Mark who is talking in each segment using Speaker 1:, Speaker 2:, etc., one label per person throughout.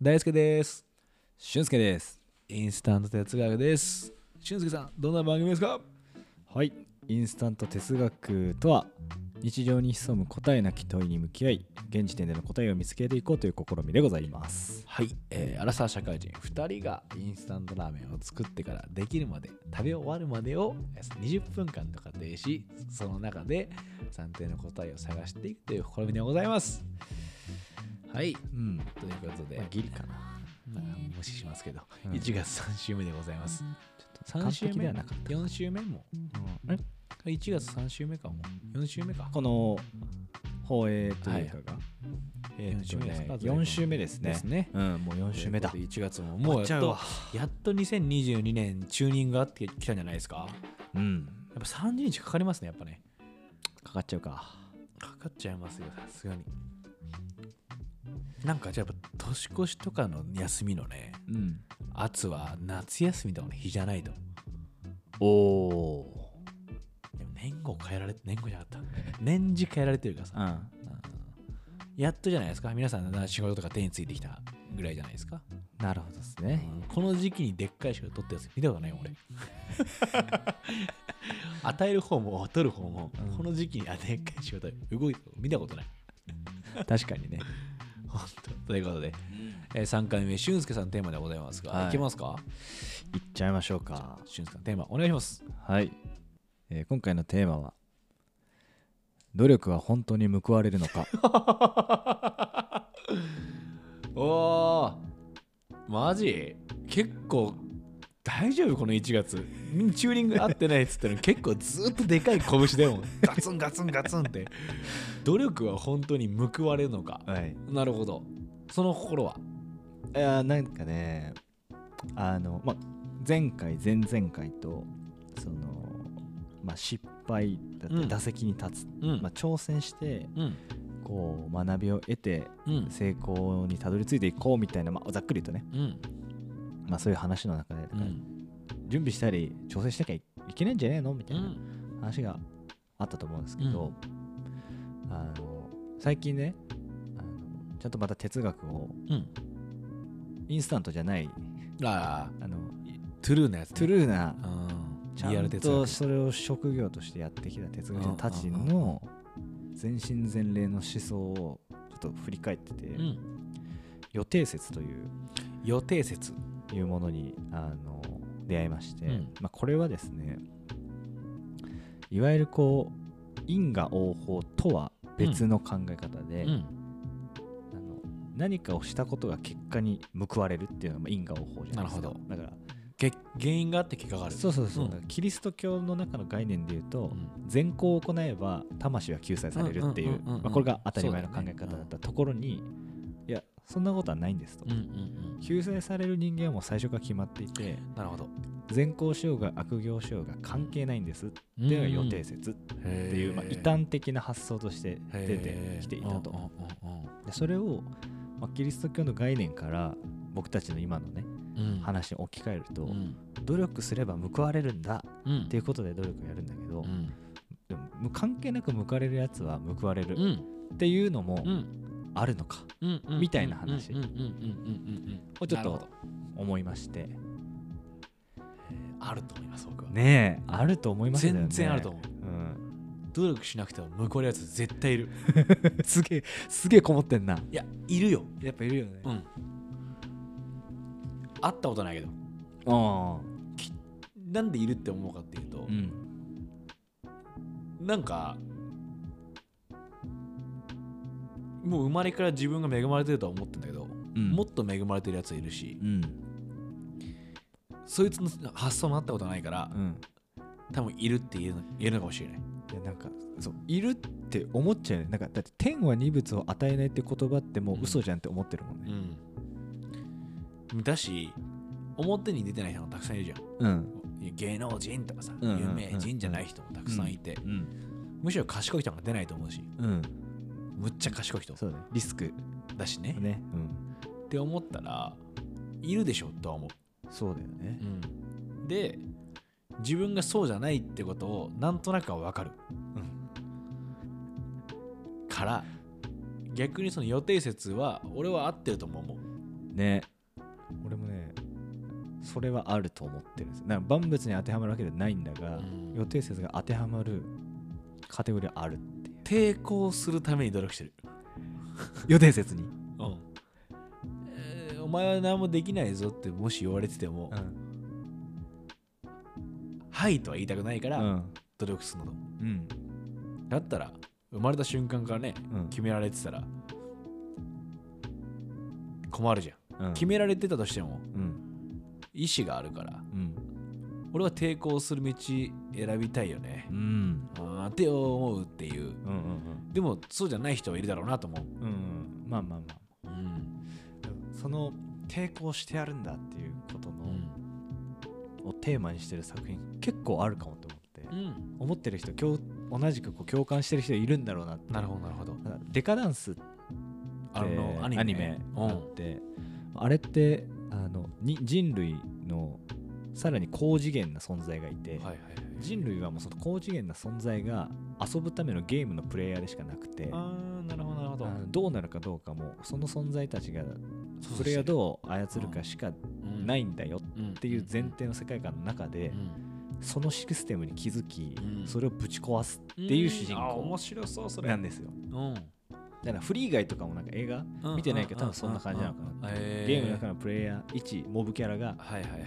Speaker 1: 大輔です。
Speaker 2: 俊介です
Speaker 1: インスタント哲学です。俊介さん、どんな番組ですか
Speaker 2: はいインスタント哲学とは日常に潜む答えなき問いに向き合い現時点での答えを見つけていこうという試みでございます
Speaker 1: はい、えー、アラサー社会人2人がインスタントラーメンを作ってからできるまで食べ終わるまでをえー20分間と仮定しその中で算定の答えを探していくという試みでございますはい
Speaker 2: うん、
Speaker 1: ということで、
Speaker 2: まあ、ギリかな
Speaker 1: まあ無視しますけど、
Speaker 2: うん
Speaker 1: 1月3週目でございます3
Speaker 2: 完
Speaker 1: 週
Speaker 2: 璧
Speaker 1: 目
Speaker 2: ではなかっ
Speaker 1: 4週目も
Speaker 2: た、うん、
Speaker 1: 1月3週目かも4週目か
Speaker 2: この放映というかが、え
Speaker 1: 四
Speaker 2: ー
Speaker 1: 週目ですか
Speaker 2: とね4週目ですね
Speaker 1: ですね
Speaker 2: うんもう4週目だ
Speaker 1: ということで1月ももう
Speaker 2: 終
Speaker 1: や
Speaker 2: わ
Speaker 1: っ
Speaker 2: ちゃ
Speaker 1: とやっと2022年チューニングがあってきたんじゃないですか
Speaker 2: うん
Speaker 1: やっぱ30日かかりますね、やっぱね。
Speaker 2: かかっちゃうか
Speaker 1: かかっちゃいますよ、さすがに。なんかじゃあやっぱ年越しとかの休みのね、
Speaker 2: うん
Speaker 1: 圧は夏休みとかの日じゃないと。
Speaker 2: おお
Speaker 1: でも年号変えられて、年号じゃなかった。年次変えられてるから
Speaker 2: う
Speaker 1: さ。
Speaker 2: ん
Speaker 1: やっとじゃないですか。皆さん、だんだん仕事とか手についてきたぐらいじゃないですか。
Speaker 2: なるほどですね、
Speaker 1: この時期にでっかい仕事取ったやつ見たことないよ俺与える方も取る方も、
Speaker 2: うん
Speaker 1: この時期にあでっかい仕事動いてる見たことない
Speaker 2: 確かにね
Speaker 1: 本当ということで、えー、3回目俊介さんテーマでございますが、
Speaker 2: はい
Speaker 1: い、けますか
Speaker 2: いっちゃいましょうか
Speaker 1: 俊介さんテーマお願いします
Speaker 2: はい、えー今回のテーマは「努力は本当に報われるのか
Speaker 1: おーマジ結構大丈夫この1月みんなチューリング合ってないっつっての結構ずっとでかい拳で もんガツンガツンガツンって努力は本当に報われるのか」
Speaker 2: はい
Speaker 1: なるほどその心はい
Speaker 2: やーなんかねあの、ま、前回前々回とその、ま、失敗だっ
Speaker 1: う
Speaker 2: て
Speaker 1: ん
Speaker 2: 打席に立つ、
Speaker 1: うん
Speaker 2: ま、挑戦して
Speaker 1: うん
Speaker 2: こう学びを得て
Speaker 1: うん
Speaker 2: 成功にたどり着いていこうみたいな、ま、ざっくりとね、
Speaker 1: うん
Speaker 2: まあ、そういう話の中でだから準備したり挑戦しなきゃいけないんじゃねえのみたいな話があったと思うんですけど、あの最近ねあのちゃんとまた哲学を
Speaker 1: うん
Speaker 2: インスタントじゃない
Speaker 1: ああ
Speaker 2: あの
Speaker 1: トゥルーなやつ、ね、
Speaker 2: トゥ
Speaker 1: ル
Speaker 2: ルーなち
Speaker 1: リア
Speaker 2: ゃ
Speaker 1: ル
Speaker 2: ん
Speaker 1: 哲学
Speaker 2: とそれを職業としてやってきた哲学者たち
Speaker 1: うんうんうん
Speaker 2: の全身全霊の思想をちょっと振り返ってて、
Speaker 1: うん、
Speaker 2: 予定説という
Speaker 1: 予定説
Speaker 2: いうものにあの出会いまして、
Speaker 1: うん
Speaker 2: まあ、これはですねいわゆるこう因果応報とは別の考え方で、
Speaker 1: うん
Speaker 2: あの何かをしたことが結果に報われるっていうのが因果応報じゃないですか
Speaker 1: なるほ
Speaker 2: だから
Speaker 1: げ原因があって結果がある
Speaker 2: そうそうそう、
Speaker 1: うん
Speaker 2: だからキリスト教の中の概念で言うと、
Speaker 1: うん
Speaker 2: 善行を行えば魂は救済されるってい
Speaker 1: うん
Speaker 2: う
Speaker 1: うんうんうんうん
Speaker 2: まあこれが当たり前の考え方だったところに、いやそんなことはないんですと、
Speaker 1: うんうん
Speaker 2: 救済される人間はもう最初から決まっていて
Speaker 1: うんなるほどっ
Speaker 2: 善行しようが悪行しようが関係ないんですっていうのが予定
Speaker 1: っ
Speaker 2: 説って
Speaker 1: て
Speaker 2: ていう、まあ、異端的な発想として出てきていたと、でそれを、まあ、キリスト教の概念から僕たちの今のね話に置き換えると、
Speaker 1: うん
Speaker 2: 努力すれば報われるんだ
Speaker 1: うん
Speaker 2: っていうことで努力をやるんだけど、
Speaker 1: うん
Speaker 2: でもむ関係なく報われるやつは報われる
Speaker 1: うん
Speaker 2: っていうのも
Speaker 1: うん
Speaker 2: あるのか
Speaker 1: うんうん
Speaker 2: みたいな話
Speaker 1: うんうんうんうんうんうん
Speaker 2: をちょっ
Speaker 1: なるほ
Speaker 2: と
Speaker 1: ど
Speaker 2: 思いまして
Speaker 1: あると思います僕は
Speaker 2: ねえあると思いましたよね
Speaker 1: 全然あると思う
Speaker 2: うん、
Speaker 1: 努力しなくても報われるやつ絶対いる
Speaker 2: すげえすげえこもってんない
Speaker 1: やいるよ
Speaker 2: やっぱいるよね
Speaker 1: うん会ったことないけど
Speaker 2: あ
Speaker 1: なんでいるって思うかっていうと
Speaker 2: あう、ん
Speaker 1: なんかもう生まれから自分が恵まれてるとは思ってんだけど、
Speaker 2: うん
Speaker 1: もっと恵まれてるやついるし、
Speaker 2: うん
Speaker 1: そいつの発想もあったことないから、
Speaker 2: うん
Speaker 1: 多分いるって言える言えるのかもしれない
Speaker 2: いやなんかそういるって思っちゃうよねなんかだって天は二物を与えないって言葉ってもう嘘じゃんって思ってるもんね
Speaker 1: うん、だし表に出てない人もたくさんいるじゃ
Speaker 2: うん
Speaker 1: ん芸能人とかさ、
Speaker 2: うんうんうんうん
Speaker 1: 有名人じゃない人もたくさんいて、
Speaker 2: うん
Speaker 1: むしろ賢い人が出ないと思うし
Speaker 2: うん
Speaker 1: むっちゃ賢い人
Speaker 2: そうだねリスク
Speaker 1: だしね
Speaker 2: ねうん
Speaker 1: って思ったらいるでしょとは思う
Speaker 2: そうだよね
Speaker 1: で自分がそうじゃないってことをなんとなくは分かる、から逆にその予定説は俺は合ってるとも思う
Speaker 2: ね俺もねそれはあると思ってるんですなんか万物に当てはまるわけではないんだが、
Speaker 1: うん
Speaker 2: 予定説が当てはまるカテゴリーはあるっていう
Speaker 1: 抵抗するために努力してる。
Speaker 2: 予定説に、
Speaker 1: うんえーお前は何もできないぞってもし言われてても、
Speaker 2: うん
Speaker 1: はいとは言いたくないか
Speaker 2: う
Speaker 1: ら、
Speaker 2: ん
Speaker 1: 努力するのと。
Speaker 2: うん
Speaker 1: だったら、生まれた瞬間からね、
Speaker 2: うん
Speaker 1: 決められてたら、困るじゃん。
Speaker 2: うん
Speaker 1: 決められてたとしても、
Speaker 2: うん
Speaker 1: 意思があるから、
Speaker 2: うん
Speaker 1: 俺は抵抗する道選びたいよね
Speaker 2: う。ん
Speaker 1: あーって思うっていう。
Speaker 2: うんうん
Speaker 1: でも、そうじゃない人はいるだろうなと思う。
Speaker 2: うんうんまあまあま
Speaker 1: う
Speaker 2: あ
Speaker 1: ん。
Speaker 2: その抵抗してやるんだっていうこと
Speaker 1: う
Speaker 2: の、
Speaker 1: ん。
Speaker 2: をテーマにしてる作品結構あるかもと思って、
Speaker 1: うん、
Speaker 2: 思ってる人共同じくこう共感してる人いるんだろうなって
Speaker 1: なるほど、なるほど。
Speaker 2: だからデカダンスって
Speaker 1: あの、アニメ。
Speaker 2: アニメ
Speaker 1: う
Speaker 2: あって、あれってあのに人類のさらに高次元な存在がいて、
Speaker 1: ん。はいはいはい。
Speaker 2: 人類はもうその高次元な存在が遊ぶためのゲームのプレイヤーでしかなくて
Speaker 1: ああ、なるほど、なるほど
Speaker 2: あ。のどうなるかどうかもその存在たちが
Speaker 1: そう
Speaker 2: それがどう操るかしかな
Speaker 1: っ
Speaker 2: いんだよっていう前提の世界観の中でそのシステムに気づき
Speaker 1: うん
Speaker 2: それをぶち壊すっていう主人
Speaker 1: あー
Speaker 2: 公
Speaker 1: 面白そう、それ。
Speaker 2: なんですよだからフリー以外とかもなんか映画
Speaker 1: うん
Speaker 2: 見てないけど多分そんな感じなのかなっていうゲームの中
Speaker 1: ら。
Speaker 2: のプレイヤー1モブキャラが
Speaker 1: はいはいはいはい。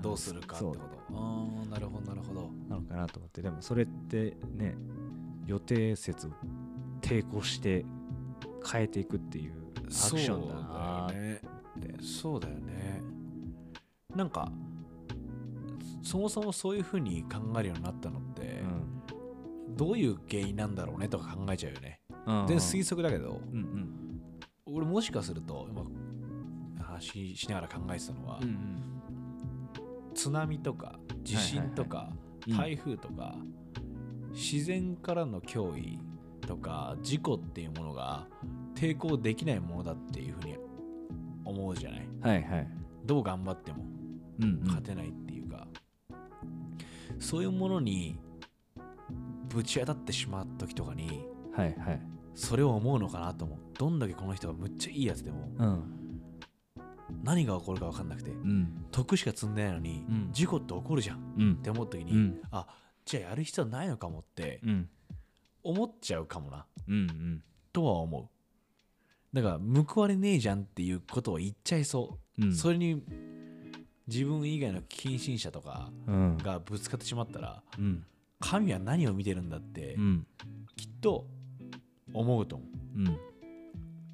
Speaker 1: どうするかってこと
Speaker 2: そ。
Speaker 1: ああ、なるほど、なるほど。
Speaker 2: なのかなと思ってでもそれってね予定説を抵抗して変えていくっていうアクションだな
Speaker 1: そうだよね
Speaker 2: って。
Speaker 1: そうだよね。なんか、そもそもそういうふうに考えるようになったのって、どういう原因なんだろうねとか考えちゃうよね。
Speaker 2: うん
Speaker 1: で、推測だけど、
Speaker 2: うんうん
Speaker 1: 俺もしかすると、今、話しながら考えてたのは、
Speaker 2: うんうん
Speaker 1: 津波とか地震とか、
Speaker 2: いはいはい
Speaker 1: 台風とか、自然からの脅威とか事故っていうものが抵抗できないものだっていうふうに思うじゃない
Speaker 2: はいはい
Speaker 1: どう頑張っても
Speaker 2: うんうん
Speaker 1: 勝てないっていうか、そういうものにぶち当たってしまう時とかに
Speaker 2: はいはい
Speaker 1: それを思うのかなと思うどんだけこの人がむっちゃいいやつでも
Speaker 2: うん
Speaker 1: 何が起こるか分かんなくて
Speaker 2: うん
Speaker 1: 得しか積んでないのに、
Speaker 2: うん
Speaker 1: 事故って起こるじゃん
Speaker 2: う
Speaker 1: っ
Speaker 2: ん
Speaker 1: て思った時に、
Speaker 2: うん
Speaker 1: あじゃあやる必要ないのかもって
Speaker 2: うん
Speaker 1: 思っちゃうかもな
Speaker 2: うん
Speaker 1: とは思うだから報われねえじゃんっていうことを言っちゃいそう、
Speaker 2: うん
Speaker 1: それに自分以外の近親者とか
Speaker 2: うん
Speaker 1: がぶつかってしまったら
Speaker 2: うん
Speaker 1: 神は何を見てるんだって
Speaker 2: うん
Speaker 1: きっと思うと思う、
Speaker 2: うん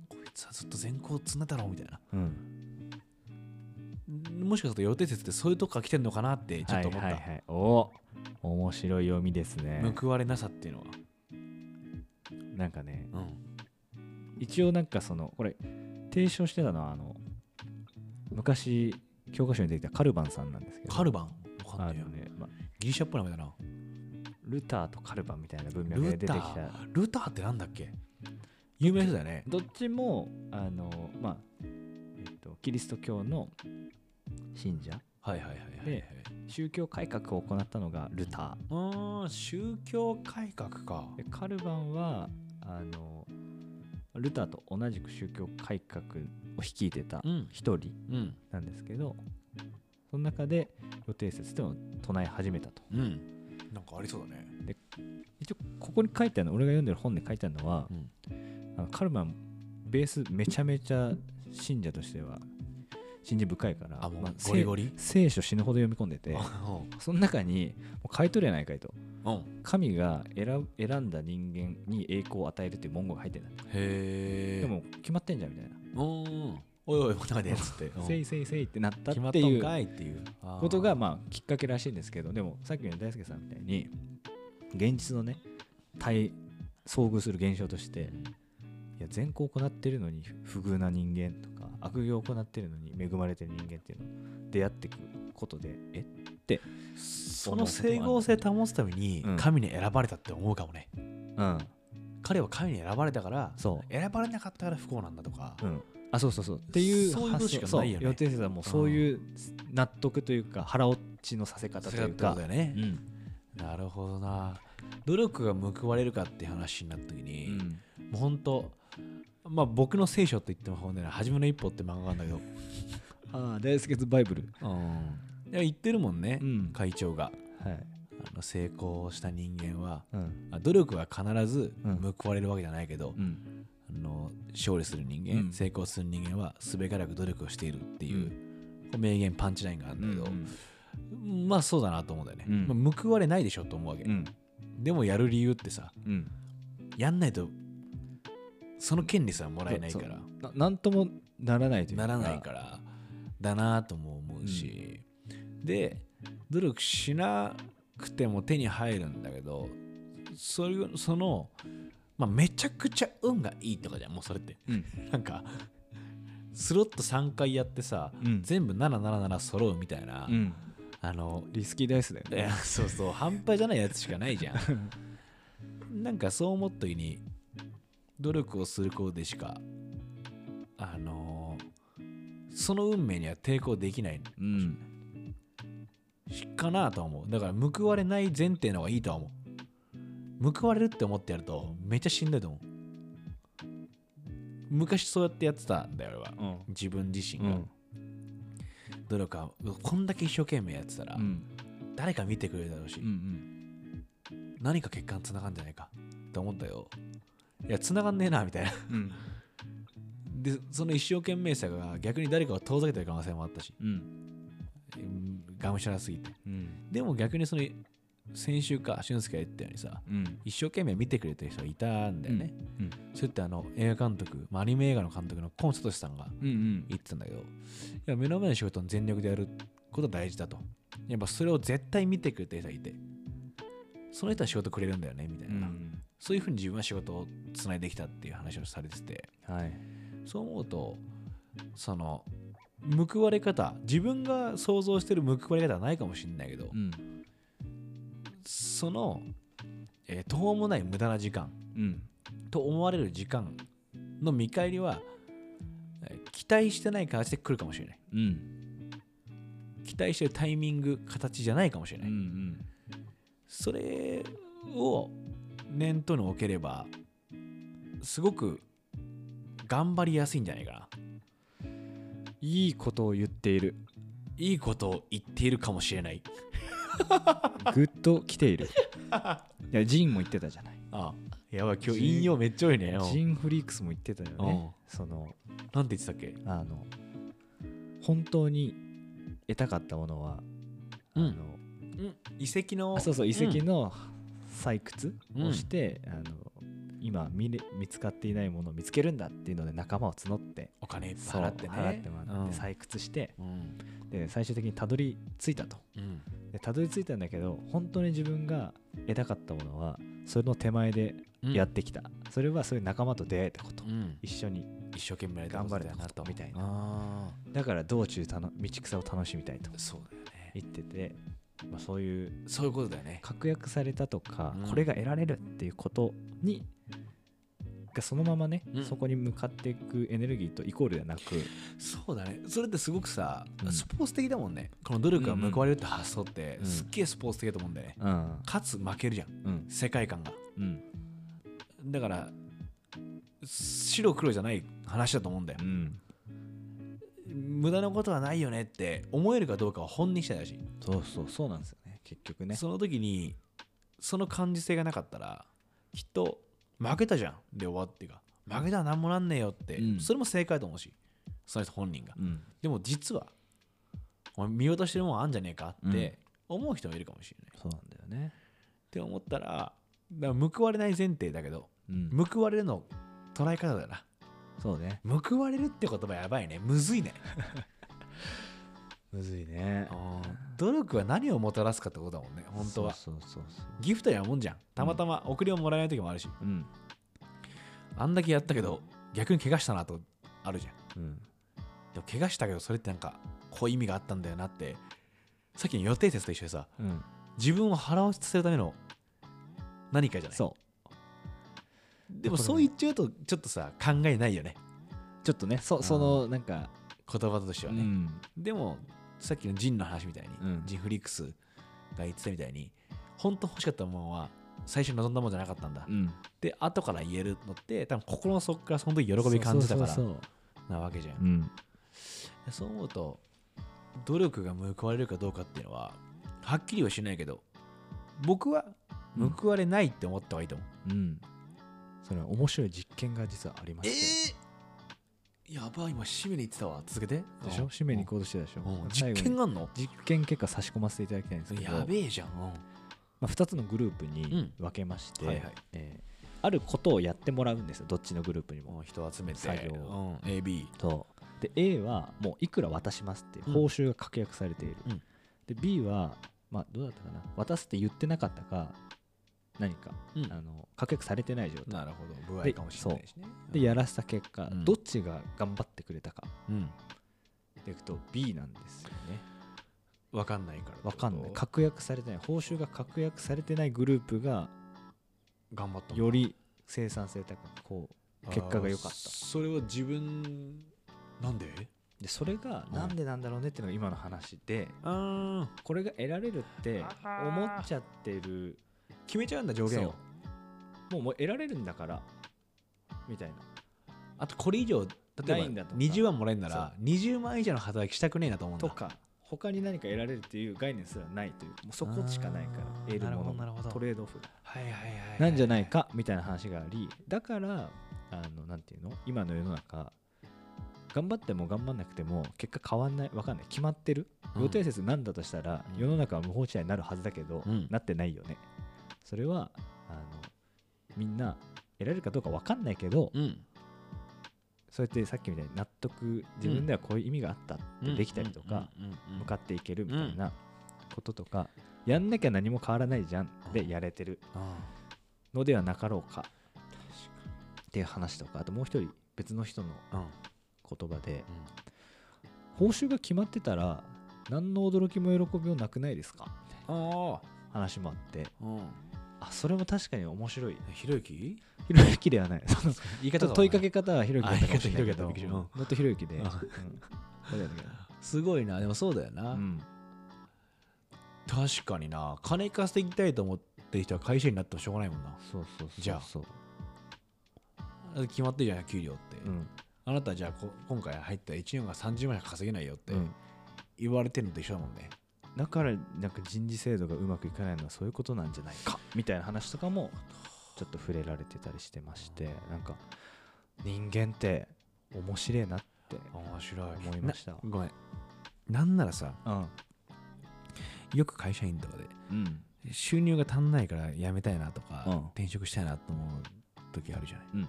Speaker 1: こいつはずっと善行を積んだろうみたいな
Speaker 2: うん
Speaker 1: もしかすると予定説ってそういうとこから来てんのかなってちょっと思った、
Speaker 2: はいはいはい、お面白い読みですね
Speaker 1: 報われなさっていうのは、
Speaker 2: なんかね
Speaker 1: うん、
Speaker 2: 一応なんかそのこれ提唱してたのはあの昔教科書に出てきたカルバンさんなんですけど
Speaker 1: カルバンわかん
Speaker 2: あ
Speaker 1: ないよ
Speaker 2: のね、まあ、
Speaker 1: ギリシャっぽい名前だな
Speaker 2: ルターとカルバンみたいな文脈で
Speaker 1: ル
Speaker 2: 出てき
Speaker 1: タ
Speaker 2: た
Speaker 1: ールターってなんだっけ有名な人だよね。
Speaker 2: どっちもあのまあ、えっと、キリスト教の信者
Speaker 1: はいはいはいはい、はい
Speaker 2: で。宗教改革を行ったのがルタ
Speaker 1: あー宗教改革か。
Speaker 2: ーでカルバンはあのルターと同じく宗教改革を率いてた
Speaker 1: うん。
Speaker 2: 一人
Speaker 1: うん。
Speaker 2: なんですけどその中で予定説というのを唱え始めたと
Speaker 1: うん。なんかありそうだね。
Speaker 2: 一応ここに書いてあるの俺が読んでる本で書いてあるのは、
Speaker 1: うん
Speaker 2: あのカルマンベースめちゃめちゃ信者としては信じ深いから
Speaker 1: あ、も
Speaker 2: まあ
Speaker 1: うゴリゴリ。
Speaker 2: 聖聖書死ぬほど読み込んでて
Speaker 1: う
Speaker 2: その中にもう書いとるやないかいと
Speaker 1: ん。うん
Speaker 2: 神が選ぶ選んだ人間に栄光を与えるっていう文言が入ってんだって
Speaker 1: へえ。
Speaker 2: で、も決まってんじゃんみたいな
Speaker 1: うん。おいおい、こんなことやつって。
Speaker 2: 「せ
Speaker 1: う
Speaker 2: いせいせい」ってなった
Speaker 1: ん決ま
Speaker 2: っ
Speaker 1: ってた
Speaker 2: い
Speaker 1: ん
Speaker 2: う
Speaker 1: かいっていう
Speaker 2: ことが、まあきっかけらしいんですけどでもさっきの大輔さんみたいに現実のね対遭遇する現象としていや善行を行ってるのに不遇な人間とか悪行を行ってるのに恵まれてる人間っていうの出会ってくことでえ
Speaker 1: その整合性保つために
Speaker 2: うん
Speaker 1: 神に選ばれたって思うかもね。
Speaker 2: うん
Speaker 1: 彼は神に選ばれたから、
Speaker 2: そ
Speaker 1: 選ばれなかったから不幸なんだとか。
Speaker 2: ううんあそうそうそうっていう
Speaker 1: そういうことしか
Speaker 2: 発想
Speaker 1: ないよね
Speaker 2: そう予定説はもうそういう納得というか腹落ちのさせ方
Speaker 1: そ
Speaker 2: と
Speaker 1: れだ
Speaker 2: い
Speaker 1: っ
Speaker 2: う
Speaker 1: てこ
Speaker 2: か
Speaker 1: とだよね。
Speaker 2: うん
Speaker 1: なるほどな。努力が報われるかって話になった時
Speaker 2: う
Speaker 1: に、
Speaker 2: ん
Speaker 1: もう本当まあ僕の聖書って言っても本音ない初めの一歩って漫画があるんだけ
Speaker 2: ああ大輔ズバイブル
Speaker 1: ど、うん、いや言ってるもんね、
Speaker 2: うん
Speaker 1: 会長が
Speaker 2: はい
Speaker 1: あの成功した人間は
Speaker 2: うん
Speaker 1: あ努力は必ず
Speaker 2: うん
Speaker 1: 報われるわけじゃないけど、
Speaker 2: うん
Speaker 1: あの勝利する人間、
Speaker 2: うん
Speaker 1: 成功する人間はすべからく努力をしているっていう、
Speaker 2: うん
Speaker 1: こう名言パンチラインがあるんだけど、まあそうだなと思うんだよね、
Speaker 2: うん
Speaker 1: まあ、報われないでしょと思うわけ、
Speaker 2: うん
Speaker 1: でもやる理由ってさ
Speaker 2: うん
Speaker 1: やんないとその権利さえもらえないから、
Speaker 2: ななんともならないという
Speaker 1: ならないからだなとも思うし、で努力しなくても手に入るんだけどそれその、まあ、めちゃくちゃ運がいいとかじゃんもうそれって
Speaker 2: うん
Speaker 1: なんかスロット3回やってさ、
Speaker 2: うん
Speaker 1: 全部777揃うみたいな、
Speaker 2: うん
Speaker 1: あの
Speaker 2: リスキーダイスだよ
Speaker 1: い
Speaker 2: ね
Speaker 1: やそうそう半端じゃないやつしかないじゃん なんかそう思った時に努力をすることでしかあのーその運命には抵抗できない
Speaker 2: うん
Speaker 1: かなとは思うだから報われない前提の方がいいとは思う報われるって思ってやるとめっちゃしんどいと思う昔そうやってやってたんだよ俺は
Speaker 2: うん
Speaker 1: 自分自
Speaker 2: う
Speaker 1: 身が、
Speaker 2: ん
Speaker 1: 努力はこんだけ一生懸命やってたら、
Speaker 2: うん
Speaker 1: 誰か見てくれるだろうし、
Speaker 2: うん
Speaker 1: 何か結果につながんじゃないかって思ったよいやつながんねえなみたいな
Speaker 2: うん
Speaker 1: でその一生懸命さが逆に誰かを遠ざけてる可能性もあったし
Speaker 2: うん
Speaker 1: うんがむしゃらすぎて
Speaker 2: うん
Speaker 1: でも逆にその先週か俊介が言ったようにさ
Speaker 2: うん
Speaker 1: 一生懸命見てくれてる人はいたんだよね、
Speaker 2: うん
Speaker 1: それってあの映画監督、まあ、アニメ映画の監督のコンサトシさんが
Speaker 2: うん
Speaker 1: 言ってたんだけどいや目の前の仕事に全力でやることは大事だとやっぱそれを絶対見てくれてる人がいてその人は仕事くれるんだよねみたいな、そういうふうに自分は仕事をつないできたっていう話をされてて
Speaker 2: はい
Speaker 1: そう思うとその報われ方自分が想像してる報われ方はないかもしれないけど、
Speaker 2: うん
Speaker 1: その、えー途方もない無駄な時間
Speaker 2: うん
Speaker 1: と思われる時間の見返りはえー期待してない形で来るかもしれない
Speaker 2: うん
Speaker 1: 期待してるタイミング形じゃないかもしれ
Speaker 2: う
Speaker 1: ない、
Speaker 2: ん
Speaker 1: それを念頭に置ければすごく頑張りやすいんじゃないかない
Speaker 2: いことを言っている
Speaker 1: いいことを言っているかもしれない。
Speaker 2: グッと来て いるいやジンも言ってたじゃない
Speaker 1: あやばい、今
Speaker 2: ジ
Speaker 1: 日
Speaker 2: ン
Speaker 1: 引用めっちゃ多いね。
Speaker 2: ジンフリークスも言ってたよねその
Speaker 1: なんて言ってたっけ
Speaker 2: あの本当に得たかったものは、
Speaker 1: うん
Speaker 2: あの
Speaker 1: 遺跡の。
Speaker 2: あそうそう遺跡
Speaker 1: の。
Speaker 2: の採掘をして、あの今見れ見つかっていないものを見つけるんだっていうので仲間を募って
Speaker 1: お金いっぱ
Speaker 2: そう
Speaker 1: い払ってね。
Speaker 2: 払ってもらって採掘して
Speaker 1: うん。
Speaker 2: で最終的にたどり着いたと
Speaker 1: うん。
Speaker 2: でたどり着いたんだけど本当に自分が得たかったものはそれの手前で
Speaker 1: うん
Speaker 2: やってきた、それはそういう仲間と出会えたこと、
Speaker 1: うん。
Speaker 2: 一緒に
Speaker 1: 一生懸命やりたことだなと。
Speaker 2: 頑張れたことみたいな
Speaker 1: な。
Speaker 2: だから道中たの道草を楽しみたいと
Speaker 1: そうだよね。
Speaker 2: 言ってて、まあ、そういう
Speaker 1: そういうことだよね。
Speaker 2: 確約されたとか、
Speaker 1: うん
Speaker 2: これが得られるっていうことにがそのままね、
Speaker 1: うん
Speaker 2: そこに向かっていくエネルギーとイコールではなく、
Speaker 1: そうだね。それってすごくさ
Speaker 2: う、ん
Speaker 1: スポーツ的だもんね。この努力が報われるって発想って
Speaker 2: う、ん
Speaker 1: すっげえスポーツ的だと思うんだよね。
Speaker 2: うん
Speaker 1: 勝つ、負けるじゃん。
Speaker 2: うん
Speaker 1: 世界観が。
Speaker 2: うん
Speaker 1: だから、白黒じゃない話だと思うんだよ
Speaker 2: う。ん、
Speaker 1: 無駄なことはないよねって思えるかどうかは本人次第だし、
Speaker 2: そうそうそうなんですよね結局ね
Speaker 1: その時にその感じ性がなかったらきっと負けたじゃんで終わってが負けたら何もなんねえよって、
Speaker 2: うん
Speaker 1: それも正解だと思うしその人本人が、
Speaker 2: うん
Speaker 1: でも実はお前見落としてるもんあんじゃねえかって思う人もいるかもしれない、っ
Speaker 2: そうなんだよね
Speaker 1: て思ったらだから報われない前提だけど
Speaker 2: うん
Speaker 1: 報われるの捉え方だな
Speaker 2: そうね
Speaker 1: 報われるって言葉やばいねむずいね
Speaker 2: むずいね
Speaker 1: 努力は何をもたらすかってことだもんね本当は
Speaker 2: そうそうそうそう
Speaker 1: ギフトやもんじゃん。たまたま送りをもらえない時もあるし、
Speaker 2: うん
Speaker 1: あんだけやったけど、逆に怪我したなとあるじゃん。
Speaker 2: うん
Speaker 1: でも怪我したけど、それってなんか、こういう意味があったんだよなって、さっきの予定説と一緒でさ、
Speaker 2: うん
Speaker 1: 自分を腹落ちさせるための何かじゃない。
Speaker 2: そ
Speaker 1: でもそう言っちゃうと、ちょっとさ、考えないよね。
Speaker 2: うちょっとねそそのなんか、
Speaker 1: 言葉としてはね。
Speaker 2: ん
Speaker 1: でも、さっきのジンの話みたいに、
Speaker 2: うん
Speaker 1: ジンフリックスが言ってたみたいに、本当欲しかったものは、最初に望んだもんじゃなかったんだ、
Speaker 2: うん、
Speaker 1: で後から言えるのって多分心の底からその時喜び感じたから
Speaker 2: そうそうそう
Speaker 1: なわけじゃん
Speaker 2: そううん
Speaker 1: そう思うと努力が報われるかどうかっていうのははっきりはしないけど僕は報われないって思った方がいいと思う、
Speaker 2: うんそれは面白い実験が実はありまして、
Speaker 1: えやばい今締めに行ってたわ続けて
Speaker 2: でしょ締めに行こうとしてたでしょ
Speaker 1: うんうん実
Speaker 2: 最後に
Speaker 1: 験があんの
Speaker 2: 実験結果差し込ませていただきたいんですけど
Speaker 1: やべえじゃん、
Speaker 2: まあ、2つのグループ
Speaker 1: うん
Speaker 2: に分けまして、
Speaker 1: はいはい
Speaker 2: えーあることをやってもらうんですよどっちのグループに
Speaker 1: うん、も
Speaker 2: も。
Speaker 1: う人集めて
Speaker 2: 作業
Speaker 1: うん、AB
Speaker 2: そうで A はもういくら渡しますっていう
Speaker 1: うん
Speaker 2: 報酬が確約されている、
Speaker 1: うん
Speaker 2: で B は、まあ、どうだったかな渡すって言ってなかったか何か、
Speaker 1: うん
Speaker 2: あの確約されてない状態
Speaker 1: なるほど不合かもしれないしね
Speaker 2: でやらせた結果、
Speaker 1: うん
Speaker 2: どっちが頑張ってくれたか
Speaker 1: うん
Speaker 2: でいくと B なんですよね
Speaker 1: 分かんないから
Speaker 2: 分かんない
Speaker 1: か
Speaker 2: 確約されてない報酬が確約されてないグループが
Speaker 1: 頑張った
Speaker 2: より生産性高くこう結果が良かった
Speaker 1: あーそれは自分なんで
Speaker 2: でそれが
Speaker 1: うん
Speaker 2: なんでなんだろうねっていうのが今の話で、
Speaker 1: ああ
Speaker 2: これが得られるって思っちゃってる
Speaker 1: 決めちゃうんだ上限を
Speaker 2: そうもうもう得られるんだからみたいな
Speaker 1: あとこれ以上
Speaker 2: な
Speaker 1: 例
Speaker 2: い
Speaker 1: え
Speaker 2: ん
Speaker 1: ば
Speaker 2: だとか
Speaker 1: 20万もらえるなら20万以上の働きしたくねえなと思うんだ
Speaker 2: とか他に何か得られるっていう概念すらないというもうそこしかないから
Speaker 1: あー
Speaker 2: 得るも
Speaker 1: なるほどなるほど
Speaker 2: のトレードオフが
Speaker 1: はいはいはいはい
Speaker 2: なんじゃないかみたいな話がありだからあのなんていうの今の世の中頑張っても頑張んなくても結果変わんないわかんない決まってる
Speaker 1: うん
Speaker 2: 予定説なんだとしたら、
Speaker 1: うん
Speaker 2: 世の中は無法地帯になるはずだけど、
Speaker 1: うん
Speaker 2: なってないよねそれはあのみんな得られるかどうかわかんないけど、
Speaker 1: うん
Speaker 2: そうやってさっきみたいに納得自分ではこういう意味があったってできたりとか、向か
Speaker 1: っ
Speaker 2: っていけるみたいなこととか、やんなきゃ何も変わらないじゃん
Speaker 1: う
Speaker 2: で
Speaker 1: ん
Speaker 2: やれてる
Speaker 1: あ
Speaker 2: のではなかろうかっていう話とかあともう一人別の人の
Speaker 1: あうん
Speaker 2: 言葉で報酬が決まってたら何の驚きも喜びもなくないですかみたいな
Speaker 1: うんあ
Speaker 2: 話もあって
Speaker 1: あうん
Speaker 2: あそれも確かに面白い
Speaker 1: ひろゆき
Speaker 2: ひろゆきで はないその
Speaker 1: 言い
Speaker 2: ちょっと問いかけ方はひろゆきだったかもしれないけ
Speaker 1: あ
Speaker 2: ど
Speaker 1: 言い方ひろゆきだったびっくりした
Speaker 2: もっとひろゆきで、
Speaker 1: う
Speaker 2: うんん、そうだよね
Speaker 1: すごいなでもそうだよな、
Speaker 2: うん
Speaker 1: 確かにな金稼ぎたいと思ってる人は会社員になってもしょうがないもんな
Speaker 2: そうそうそうそう
Speaker 1: じゃあ
Speaker 2: そう、
Speaker 1: 決まってるじゃない給料って、
Speaker 2: うん
Speaker 1: あなたじゃあこ今回入った1年が30万円しか稼げないよって
Speaker 2: うん
Speaker 1: 言われてるのと一緒だもんね、
Speaker 2: だからなんか人事制度がうまくいかないのはそういうことなんじゃないかみたいな話とかもちょっと触れられてたりしてましてなんか人間って面白いなって
Speaker 1: 面白い
Speaker 2: 思いました
Speaker 1: なごめんなんならさ
Speaker 2: うん
Speaker 1: よく会社員とかで
Speaker 2: うん
Speaker 1: 収入が足んないから辞めたいなとか、
Speaker 2: うん
Speaker 1: 転職したいなと思う時あるじゃない
Speaker 2: うん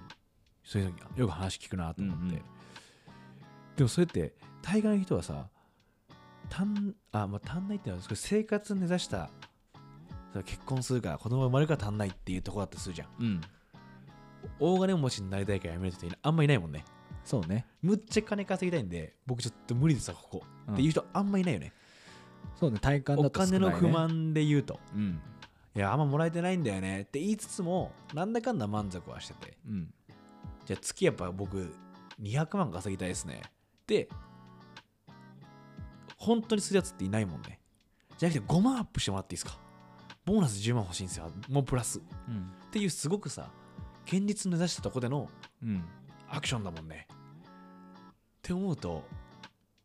Speaker 1: そういう時よく話聞くなと思って、
Speaker 2: うんうん
Speaker 1: でもそれって大概の人はさ足んあ、まあ、足んないっていうのは少し生活に根ざしたその結婚するから子供が生まれるから足んないっていうところだったりするじゃん
Speaker 2: うん
Speaker 1: 大金持ちになりたいから辞める人ってあんまいないもんね
Speaker 2: そうね
Speaker 1: むっちゃ金稼ぎたいんで僕ちょっと無理ですわここ、
Speaker 2: うん
Speaker 1: っていう人あんまいないよね
Speaker 2: そうね体感だ
Speaker 1: お
Speaker 2: と少な
Speaker 1: 金
Speaker 2: いね
Speaker 1: の不満で言うと
Speaker 2: うん
Speaker 1: いやあんまもらえてないんだよねって言いつつもなんだかんだ満足はしてて
Speaker 2: うん
Speaker 1: じゃあ月やっぱ僕200万稼ぎたいですねで本当にするやつっていないもんねじゃなくて5万アップしてもらっていいですかボーナス10万欲しいんですよもうプラスっ
Speaker 2: うん
Speaker 1: ていうすごくさ現実に根ざしたとこでの
Speaker 2: うん
Speaker 1: アクションだもんねって思うと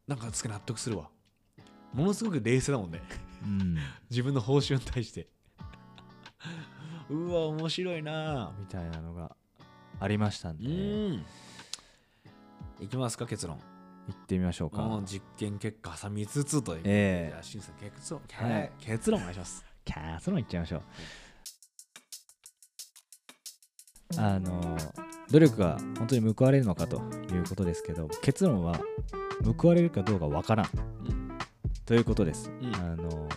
Speaker 1: なんかすげえ納得するわものすごく冷静だもんね
Speaker 2: うん
Speaker 1: 自分の報酬に対してうわ面白いな
Speaker 2: みたいなのがありましたん
Speaker 1: う
Speaker 2: で行
Speaker 1: んいきますか結論
Speaker 2: ってみましょう
Speaker 1: う
Speaker 2: か
Speaker 1: ん実験結果挟みつつということで、
Speaker 2: ええ
Speaker 1: じゃあしんさん結論、
Speaker 2: はい
Speaker 1: 結論お願いします
Speaker 2: キャーそのいっちゃいましょうあの努力が本当に報われるのかということですけど結論は報われるかどうかわからん
Speaker 1: うん
Speaker 2: ということです、
Speaker 1: うん
Speaker 2: あの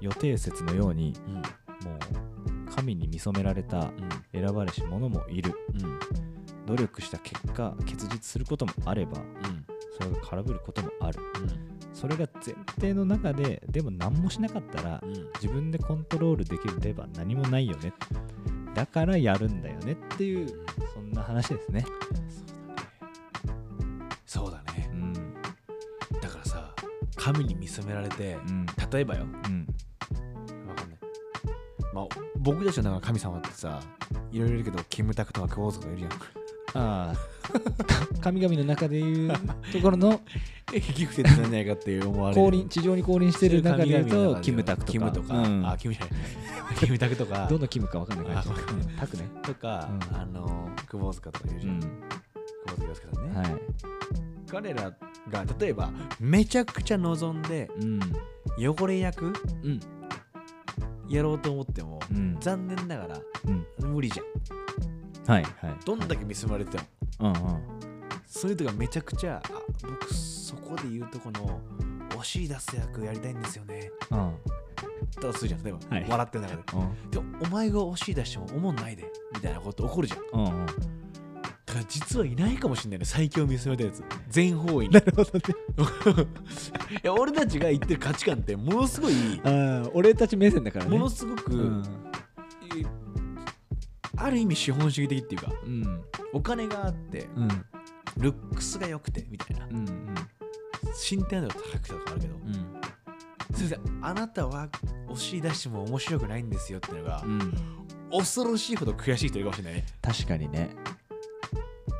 Speaker 2: 予定説のように
Speaker 1: うん
Speaker 2: もう神に見初められた選ばれし者もいる
Speaker 1: うんうん
Speaker 2: 努力した結果結実することもあればそれが空振ることもあるそれが前提の中ででも何もしなかったら
Speaker 1: うん
Speaker 2: 自分でコントロールできれば何もないよねだからやるんだよねっていうそんな話ですね
Speaker 1: そうだね
Speaker 2: うん
Speaker 1: だからさ神に見初められて、
Speaker 2: うん
Speaker 1: 例えばよ
Speaker 2: うん
Speaker 1: わかんないまあ僕たちのなんか神様ってさいろいろいるけどキムタクとかクオーズとかい るやん
Speaker 2: ああ神々の中でいうところ の
Speaker 1: ギフテッドなんじゃないかって思われる
Speaker 2: 降臨地上に降臨してる中でいう
Speaker 1: 神々の中
Speaker 2: と
Speaker 1: は
Speaker 2: キムタクとか
Speaker 1: キムとか、
Speaker 2: うん
Speaker 1: あキムじゃない キムタクとか
Speaker 2: どのキムかわかんないから
Speaker 1: あ
Speaker 2: うんタクね
Speaker 1: とか、
Speaker 2: うん
Speaker 1: あの久保塚とかいる
Speaker 2: う
Speaker 1: じゃん、
Speaker 2: ん
Speaker 1: 久保塚洋介さんね、
Speaker 2: はい
Speaker 1: 彼らが例えばめちゃくちゃ望んで
Speaker 2: うん
Speaker 1: 汚れ役
Speaker 2: うん
Speaker 1: やろうと思っても、
Speaker 2: うん
Speaker 1: 残念ながら
Speaker 2: うん
Speaker 1: 無理じゃん
Speaker 2: はいはい
Speaker 1: どんだけ見せまれても
Speaker 2: うんうん
Speaker 1: そういうとがめちゃくちゃあ僕そこで言うとこのお尻出す役やりたいんですよね
Speaker 2: うん
Speaker 1: とかするじゃん例えば、
Speaker 2: はい
Speaker 1: 笑ってる中で
Speaker 2: うん
Speaker 1: でもお前がお尻出しても思んないでみたいなこと起こるじゃん
Speaker 2: うんうん
Speaker 1: だから実はいないかもしれないね最強を見せまれたやつ全方位 になるほどねいや俺たちが言ってる価値観ってものすごい
Speaker 2: ああ俺たち目線だからね
Speaker 1: ものすごく、
Speaker 2: うん
Speaker 1: えある意味資本主義的っていうか
Speaker 2: うん
Speaker 1: お金があって
Speaker 2: うん
Speaker 1: ルックスが良くてみたいな
Speaker 2: うん
Speaker 1: 身体能力高くてとかあるけど、
Speaker 2: うん
Speaker 1: すいませんあなたはお尻出しても面白くないんですよってのが、
Speaker 2: うん
Speaker 1: 恐ろしいほど悔しい人いるかもしれないね
Speaker 2: 確かにね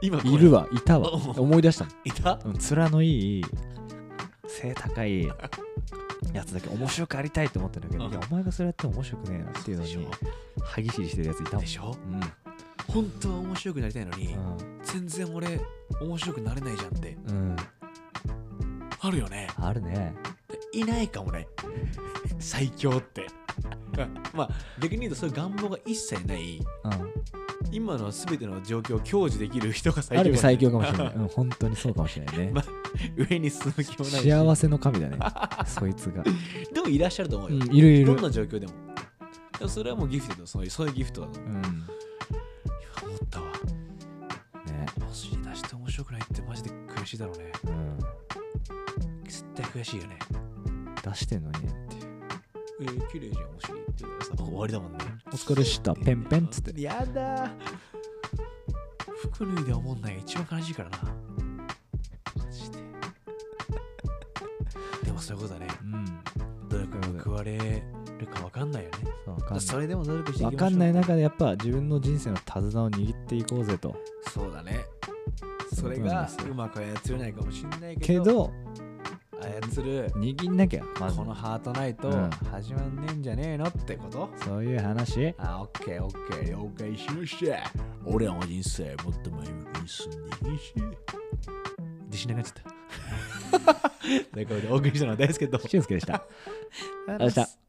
Speaker 1: 今これ
Speaker 2: いるわいた わ
Speaker 1: お
Speaker 2: 思い出したもん
Speaker 1: いた
Speaker 2: うん面のいい背高いやつだけ面白くありたいと思ってるんだけ
Speaker 1: う
Speaker 2: ど
Speaker 1: ん
Speaker 2: いやお前がそれやっても面白くねえなっていうの
Speaker 1: でし
Speaker 2: に
Speaker 1: ょ
Speaker 2: 歯ぎしりしてるやついたもん
Speaker 1: でしょ
Speaker 2: うん
Speaker 1: 本当は面白くなりたいのに、
Speaker 2: う
Speaker 1: 全然俺面白くなれないじゃんって
Speaker 2: んうん
Speaker 1: あるよね
Speaker 2: あるね
Speaker 1: いないかもね最強って まあ逆に言うとそういう願望が一切ない
Speaker 2: うん
Speaker 1: 今の全ての状況を享受できる人が最
Speaker 2: あ
Speaker 1: 強
Speaker 2: る意味最強かもしれ
Speaker 1: い
Speaker 2: ないうん本当にそうかもしれ ないね
Speaker 1: ま上に進む気もないし
Speaker 2: 幸せの神だねそいつが
Speaker 1: でもいらっしゃると思う
Speaker 2: う
Speaker 1: よ、
Speaker 2: んいるい
Speaker 1: ど
Speaker 2: る
Speaker 1: んな状況でもでもそれはもうギフテッドそういうそういうギフトだと
Speaker 2: うん
Speaker 1: 思ったわ
Speaker 2: ね
Speaker 1: お尻出して面白くないってマジで悔しいだろうね
Speaker 2: うん
Speaker 1: 絶対悔しいよね
Speaker 2: 出してんのにねっていう
Speaker 1: えー、綺麗じゃんお尻って言ったらさ終わりだもんね
Speaker 2: お疲れっしたペンペンっつって
Speaker 1: やだー服脱いで思んないが一番悲しいからなマジででもそういうことだね
Speaker 2: うん
Speaker 1: 努力が報われるか分かんないよね
Speaker 2: そうわかんない
Speaker 1: それでも努力していきましょ
Speaker 2: 分
Speaker 1: う
Speaker 2: かんない中でやっぱ自分の人生の手綱を握っていこうぜと
Speaker 1: そうだねそれ
Speaker 2: そうなん
Speaker 1: が
Speaker 2: ですよ
Speaker 1: うまく操れないかもしれないけ
Speaker 2: け
Speaker 1: ど
Speaker 2: ど
Speaker 1: 操る
Speaker 2: 握んなきゃまず
Speaker 1: このハートないと
Speaker 2: うん
Speaker 1: 始まんねえんじゃねえのってこと、
Speaker 2: そういう話
Speaker 1: あ、オッケーオッケー了解しました俺らの人生もっと前向きに進んでいいし自信 なくなっちゃったということでお送りしたのは大輔と
Speaker 2: 俊介でしたありがとうございました